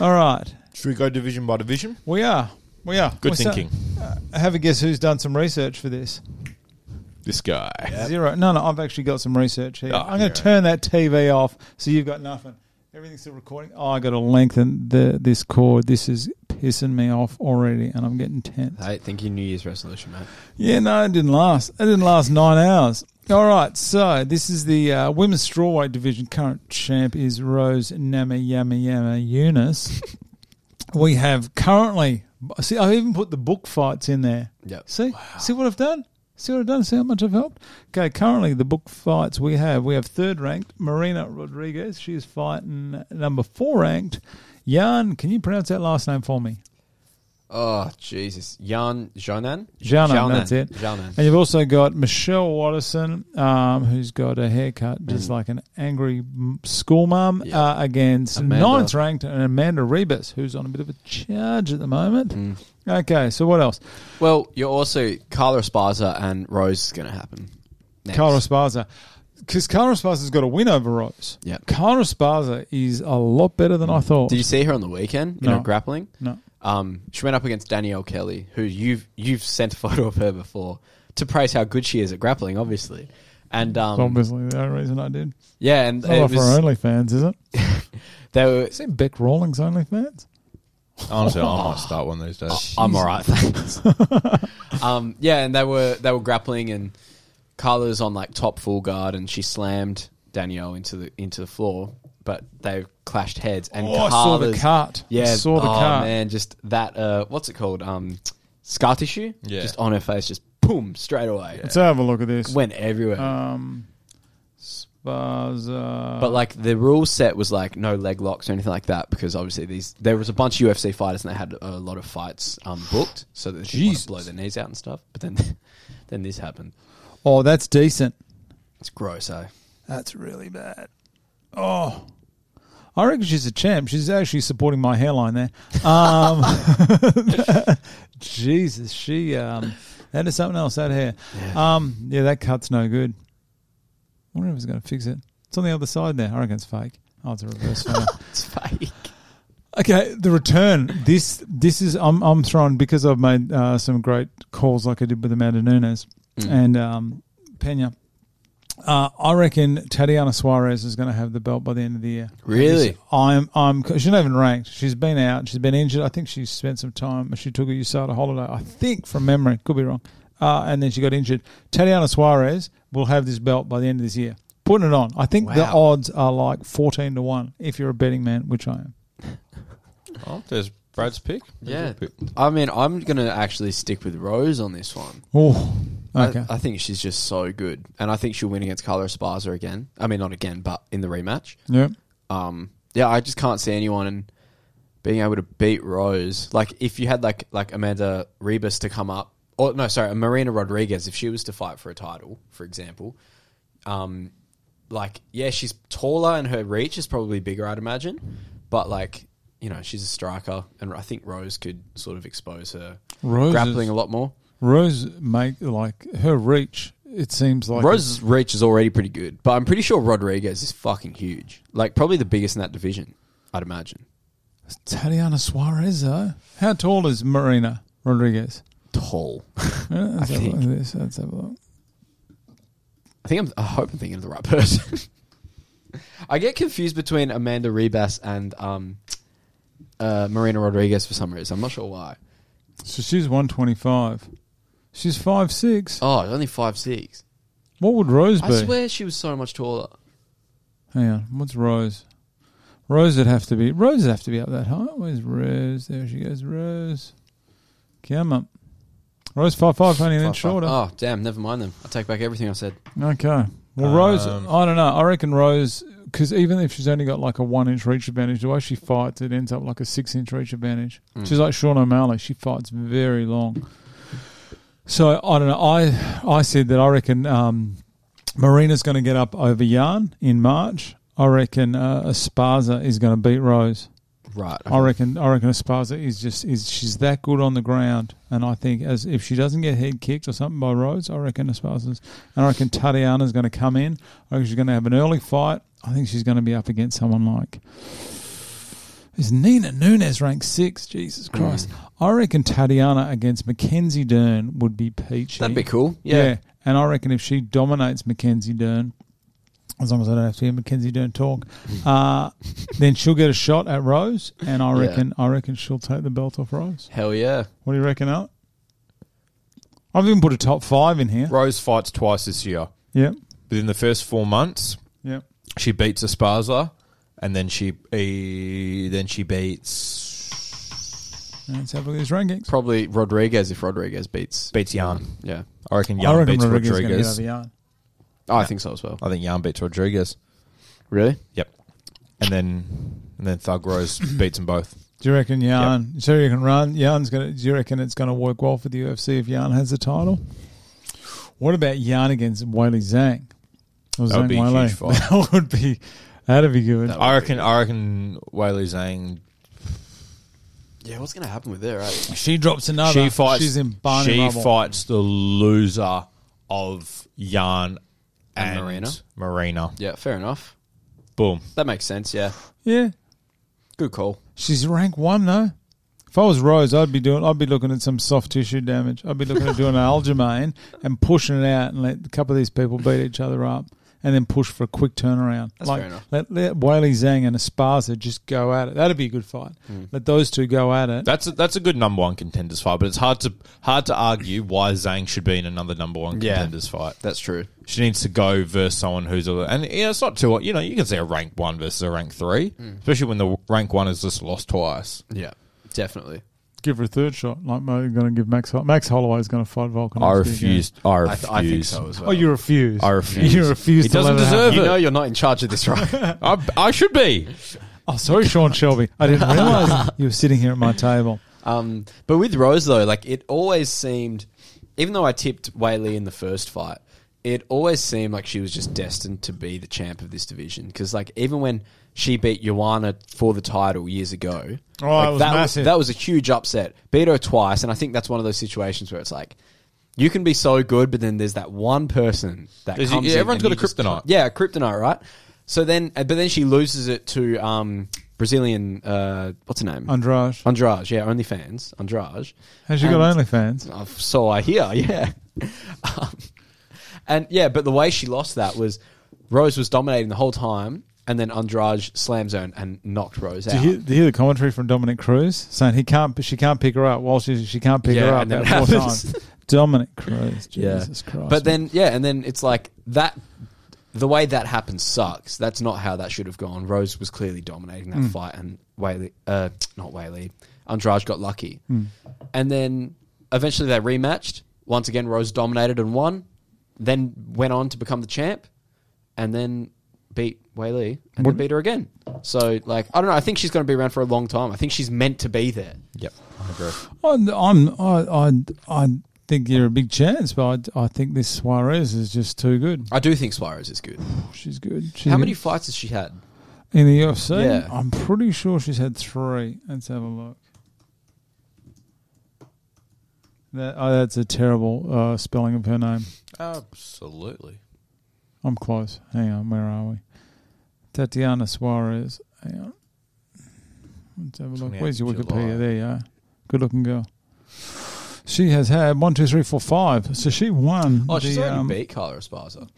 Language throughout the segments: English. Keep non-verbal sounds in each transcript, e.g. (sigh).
All right. Should we go division by division? We are. We are. Good We're sta- thinking. uh, have a guess who's done some research for this. This guy. Zero. No, no, I've actually got some research here. Oh, I'm going yeah. to turn that TV off so you've got nothing. Everything's still recording. Oh, i got to lengthen the, this cord. This is pissing me off already, and I'm getting tense. I think your New Year's resolution, mate. Yeah, no, it didn't last. It didn't last nine hours. All right, so this is the uh, women's strawweight division. Current champ is Rose Namayamayama (laughs) Eunice. we have currently. See, I even put the book fights in there. Yep. See, see what I've done. See what I've done. See how much I've helped. Okay, currently the book fights we have. We have third ranked Marina Rodriguez. She is fighting number four ranked. Jan, can you pronounce that last name for me? Oh Jesus, Jan Jonan. Janan, that's it. And Janan. you've also got Michelle Watterson, um, who's got a haircut just like an angry m- school mum, Mm. Yeah. uh, against Amanda. ninth ranked and Amanda Rebus, who's on a bit of a charge at the moment. Mm. Okay, so what else? Well, you're also Carla Esparza and Rose is going to happen. Next. Carla Sparza. Because Carla Sparza's got a win over Rose. Yeah. Carla Sparza is a lot better than I thought. Did you see her on the weekend in No. her grappling? No. Um, she went up against Danielle Kelly, who you've you've sent a (laughs) photo of her before to praise how good she is at grappling, obviously. And um, Obviously, the only reason I did. yeah, and It's not it off our was, OnlyFans, is it? they were. Is it Beck Rawlings OnlyFans? (laughs) Honestly, I might start one these days. I'm all right, thanks. (laughs) um, yeah, and they were they were grappling, and Carla's on like top full guard, and she slammed Danielle into the into the floor, but they clashed heads, and Oh, I saw the Carla's- cart. Yeah, I saw the oh, cart. man, just that. Uh, what's it called? Um, scar tissue. Yeah. just on her face, just boom, straight away. Let's have a look at this. Went everywhere. Um, Sparza. but like the rule set was like no leg locks or anything like that because obviously these there was a bunch of UFC fighters and they had a lot of fights um, booked so that they didn't want Jesus. to blow their knees out and stuff. But then (laughs) then this happened. oh, that's decent. It's gross, eh? That's really bad. Oh, I reckon she's a champ. She's actually supporting my hairline there. (laughs) Um, Jesus, she um, that is something else. That hair. Yeah. Um, yeah, that cut's no good. I wonder if it's going to fix it. It's on the other side there. I reckon it's fake. Oh, it's a reverse photo. It's fake. Okay, the return. This this is I'm I'm thrown because I've made uh, some great calls like I did with Amanda Nunes Mm. and um, Pena. Uh, I reckon Tatiana Suarez is going to have the belt by the end of the year. (laughs) Really? I'm I'm she's not even ranked. She's been out. She's been injured. I think she spent some time. She took a USADA holiday. I think from memory, could be wrong. Uh, and then she got injured. Tatiana Suarez will have this belt by the end of this year. Putting it on. I think the Wow. odds are like fourteen to one if you're a betting man, which I am. Oh, there's Brad's pick. There's Yeah. your pick. I mean, I'm gonna actually stick with Rose on this one. Oh, I- okay. I, think she's just so good, and I think she'll win against Carla Esparza again. I mean, not again, but in the rematch. yeah. um, yeah, I just can't see anyone being able to beat Rose. Like if you had like like Amanda Rebus to come up, or no, sorry, Marina Rodriguez, if she was to fight for a title, for example, um, like yeah, she's taller and her reach is probably bigger, I'd imagine, but like. You know, she's a striker, and I think Rose could sort of expose her Rose is- grappling a lot more. Rose make like her reach. It seems like Rose's reach is already pretty good, but I'm pretty sure Rodriguez is fucking huge. Like, probably the biggest in that division, I'd imagine. Tatiana Suarez though. How tall is Marina Rodriguez? Tall. Yeah, Let's, (laughs) I have a look think- at this. Let's have a look. I think I'm. I hope I'm thinking of the right person. (laughs) I get confused between Amanda Rebus and um, uh, Marina Rodriguez for some reason. I'm not sure why. So she's one twenty five. She's five six. Oh, only five six. What would Rose be? I swear she was so much taller. Hang on. What's Rose? Rose would have to be. Rose would have to be up that high. Where's Rose? There she goes. Rose. Come up. Rose five five only an inch shorter. Oh, damn. Never mind them. I take back everything I said. Okay. Well, Rose, Um, I don't know. I reckon Rose, because even if she's only got like a one inch reach advantage, the way she fights, it ends up like a six inch reach advantage. She's like Sean O'Malley. She fights very long. So I don't know. I I said that I reckon um, Marina's going to get up over Yarn in March. I reckon uh, Esparza is going to beat Rose. Right. I reckon. I reckon Esparza is just is she's that good on the ground, and I think as if she doesn't get head kicked or something by Rhodes, I reckon Esparza's. And I reckon Tatiana's going to come in. I reckon she's going to have an early fight. I think she's going to be up against someone like Is Nina Nunes ranked six? Jesus Hmm. Christ! I reckon Tatiana against Mackenzie Dern would be peachy. That'd be cool. Yeah. And I reckon if she dominates Mackenzie Dern, as long as I don't have to hear Mackenzie Dern talk, uh, then she'll get a shot at Rose, and I Yeah. reckon I reckon she'll take the belt off Rose. Hell yeah. What do you reckon, Al? I've even put a top five in here. Rose fights twice this year. Yep. Within the first four months, Yep. she beats Esparza, and then she eh, then she beats Let's have a look at these rankings. Probably Rodriguez if Rodriguez beats. beats Yarn. Yeah. I reckon I Yarn reckon beats Rodriguez is going to get out of Rodriguez. the yard. Oh, I think so as well. I think Yarn beats Rodriguez. Really? Yep. And then and then Thug Rose (coughs) beats them both. Do you reckon Yarn? So you reckon Run Yarn's gonna? Do you reckon it's gonna work well for the UFC if Yarn has the title? What about Yarn against Wiley Zhang? Or That would Zhang be a huge Weili? fight. (laughs) That would be that'd be good. I reckon I reckon Whaley Zhang Yeah, what's going to happen with her, right? She drops another. she fights She's in Barney she rubble. fights the loser of Yarn and, And Marina. Marina. Yeah, fair enough. Boom. That makes sense, yeah. Yeah, Good call. she's rank one though. If I was Rose, I'd be doing. I'd be looking at some soft tissue damage. I'd be looking at (laughs) doing an Algermain and pushing it out and let a couple of these people beat each other up. And then push for a quick turnaround. That's like fair enough. let, let Whaley Zhang and Esparza just go at it. That'd be a good fight. Hmm. Let those two go at it. That's a, that's a good number one contenders fight, but it's hard to hard to argue why Zhang should be in another number one Yeah. contenders fight. That's true. She needs to go versus someone who's a, and you know it's not too you know you can say a rank one versus a rank three, Hmm. especially when the rank one has just lost twice. Yeah, definitely. give her a third shot. Like Mo, going to give Max Hol- Max Holloway's going to fight Volkanovski. I refuse. refused. I I, refused. th- I think so as well. Oh, (laughs) you refuse. I refuse. You refuse. He to doesn't let it happen. deserve You it. know you're not in charge of this, (laughs) right? I, I should be. Oh, sorry, Sean Shelby. I (laughs) didn't realize you were sitting here at my table. um, but with Rose, though, like it always seemed, even though I tipped Whaley in the first fight, it always seemed like she was just destined to be the champ of this division. Because, like, even when she beat Joanna for the title years ago, Oh, like, it was that, massive. that was a huge upset. Beat her twice, and I think that's one of those situations where it's like, you can be so good, but then there's that one person that There's- comes. yeah, in everyone's and got you a just kryptonite. can't- Yeah, kryptonite, right? So then, uh, but then she loses it to um, Brazilian. Uh, what's her name? Andrade. Andrage, yeah, OnlyFans, Andrage. Has she got OnlyFans? Uh, so I hear, (laughs) yeah. um, and yeah, but the way she lost that was Rose was dominating the whole time, and then Andrage slam zone and knocked Rose Do out. you, hear, do you hear the commentary from Dominic Cruz saying he can't, she can't pick her up while she she can't pick Yeah, her up and then that four it happens. times? (laughs) Dominic Cruz, Yeah. Jesus Christ! but then, yeah, and then it's like that. The way that happened sucks. That's not how that should have gone. Rose was clearly dominating that Mm. fight, and Whaley, uh, not Whaley, Andrade got lucky. Mm. And then eventually they rematched. Once again, Rose dominated and won. Then went on to become the champ, and then beat Whaley and What- then beat her again. So, like, I don't know. I think she's going to be around for a long time. I think she's meant to be there. Yep, I agree. I'm, I'm I, I I think you're a big chance, but I, I think this Suarez is just too good. I do think Suarez is good. She's good. She's How many fights has she had? In the UFC? Yeah. I'm pretty sure she's had three. Let's have a look. That, oh, that's a terrible uh, spelling of her name. Absolutely. I'm close. Hang on, where are we? Tatiana Suarez. Hang on. Let's have a look. 28th Where's your July. Wikipedia? There you are. Good looking girl. She has had one, two, three, four, five. So she won. Oh, she's the, already um, beat Carla Esparza.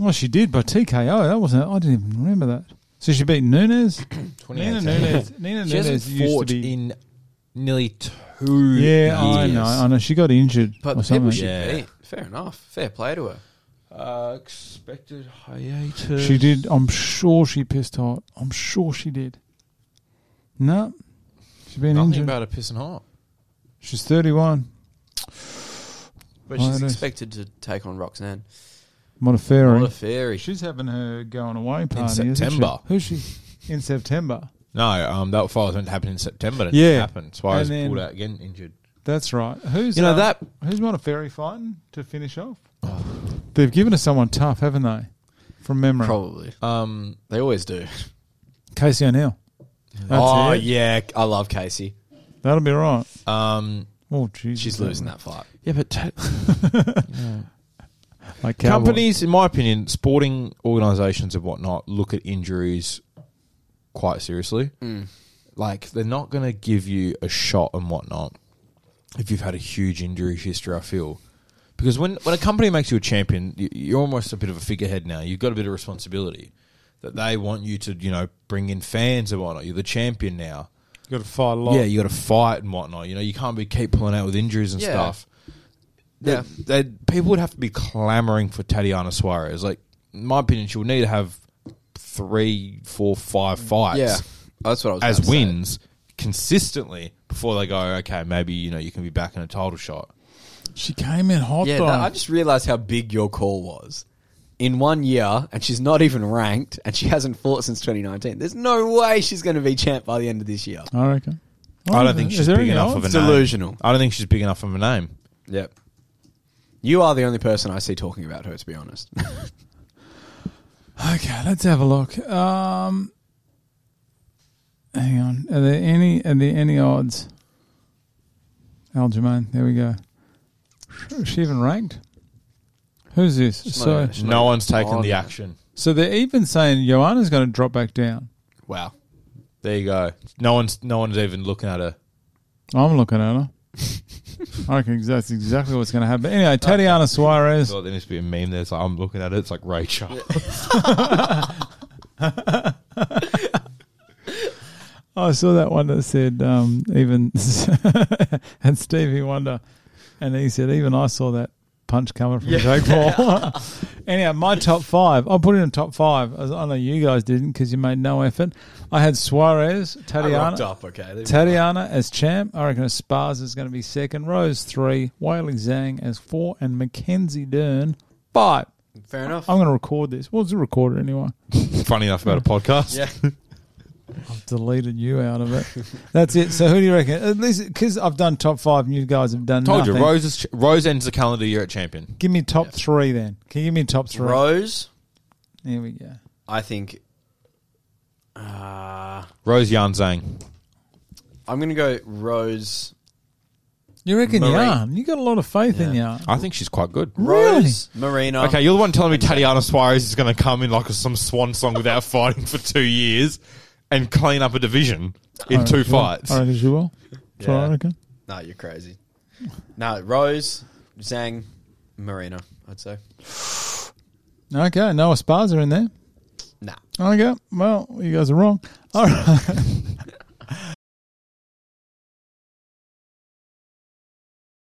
Oh, she did by TKO. That wasn't. I didn't even remember that. So she beat Nunes. Nina Nunes. Nina Nunes She used hasn't to fought be in nearly two. Yeah, I years. know. I know. She got injured But or the something. people she She, Yeah. beat, fair enough. Fair play to her. Uh, expected hiatus. did. I'm sure she pissed hot. I'm sure she did. No, she's been nothing injured. about a pissing hot. she's 31. But Oh, she's it is. expected to take on Roxanne. What a Modafferi. fairy. She's having her going away party September. Isn't she? Who's she? In September. No, um, that fight was meant to happen in September. It Yeah. didn't happen. That's why I And was then- pulled out again, injured. That's right. Who's You know, um, that- Oh. Who's Modafferi fighting to finish off? They've given us someone tough, haven't they? From memory, Probably. Um, They always do. Casey O'Neill. That's oh, it. yeah. I love Casey. That'll be right. um, Oh, Jesus. She's losing that fight. yeah, but Like Cowboy. companies, in my opinion, sporting organisations and whatnot look at injuries quite seriously. like they're not going to give you a shot and whatnot if you've had a huge injury history. I feel because when when a company makes you a champion, you, you're almost a bit of a figurehead now. You've got a bit of responsibility that they want you to you know bring in fans and whatnot. You're the champion now. You got to fight a lot. Yeah, you got to fight and whatnot. You know, you can't be keep pulling out with injuries and Yeah. stuff. They- Yeah. they- people would have to be clamoring for Tatiana Suarez. Like, in my opinion, she'll need to have three, four, five fights Mm, Yeah, that's what I was about as to say. wins consistently before they go. Okay, maybe you know you can be back in a title shot. She came in hot Yeah, though. no, I just realized how big your call was. In one year, and she's not even ranked, and she hasn't fought since 2019. There's no way she's going to be champ by the end of this year. I reckon. I don't think Is she's there big any enough of a odds? name. Delusional. I don't think she's big enough of a name. Yep. You are the only person I see talking about her, to be honest. (laughs) Okay, let's have a look. Um, hang on. Are there any? Are there any odds? Aljamain. There we go. Is she even ranked? Who's this? She's so, not- she's not- No one's taken Oh, the no. action. so they're even saying Joanna's going to drop back down. Wow. There you go. No one's no one's even looking at her. I'm looking at her. I reckon that's exactly what's going to happen. But anyway, Tatiana Suarez. So there needs to be a meme there. It's like I'm looking at it. It's like Ray Charles. Oh, I saw that one that said um, even (laughs) and Stevie Wonder, and he said even I saw that punch coming from Jake (laughs) Paul. Anyhow, my top five. I put in a top five. as I know you guys didn't because you made no effort. I had Suarez, I rocked Tatiana, up, okay. Tatiana as champ. I reckon Esparza is going to be second. Rose three, Whaley Zhang as four, and Mackenzie Dern five. Fair enough. I'm going to record this. What's the recorder anyway? Funny enough about a podcast. (laughs) Yeah. I've deleted you out of it. That's it. So who do you reckon? At least because I've done top five and you guys have done. Told you, nothing. Rose, is, ch- Rose ends the calendar year at champion. Give me top three then. Can you give me top three? Rose, Here we go. I think. Uh, Rose Yanzang. I'm going to go Rose. You reckon Marie. Yarn? You got a lot of faith in Yeah. Yarn. I think she's quite good. Really? Rose, Marina. Okay, you're the one telling me Tatiana Suarez is going to come in like some swan song without (laughs) fighting for two years and clean up a division in two fights. I reckon she will. That's what I Yeah. reckon. No, you're crazy. No, Rose, Zhang, Marina, I'd say. Okay, no Esparza in there. Nah. Okay, well, you guys are wrong. All right.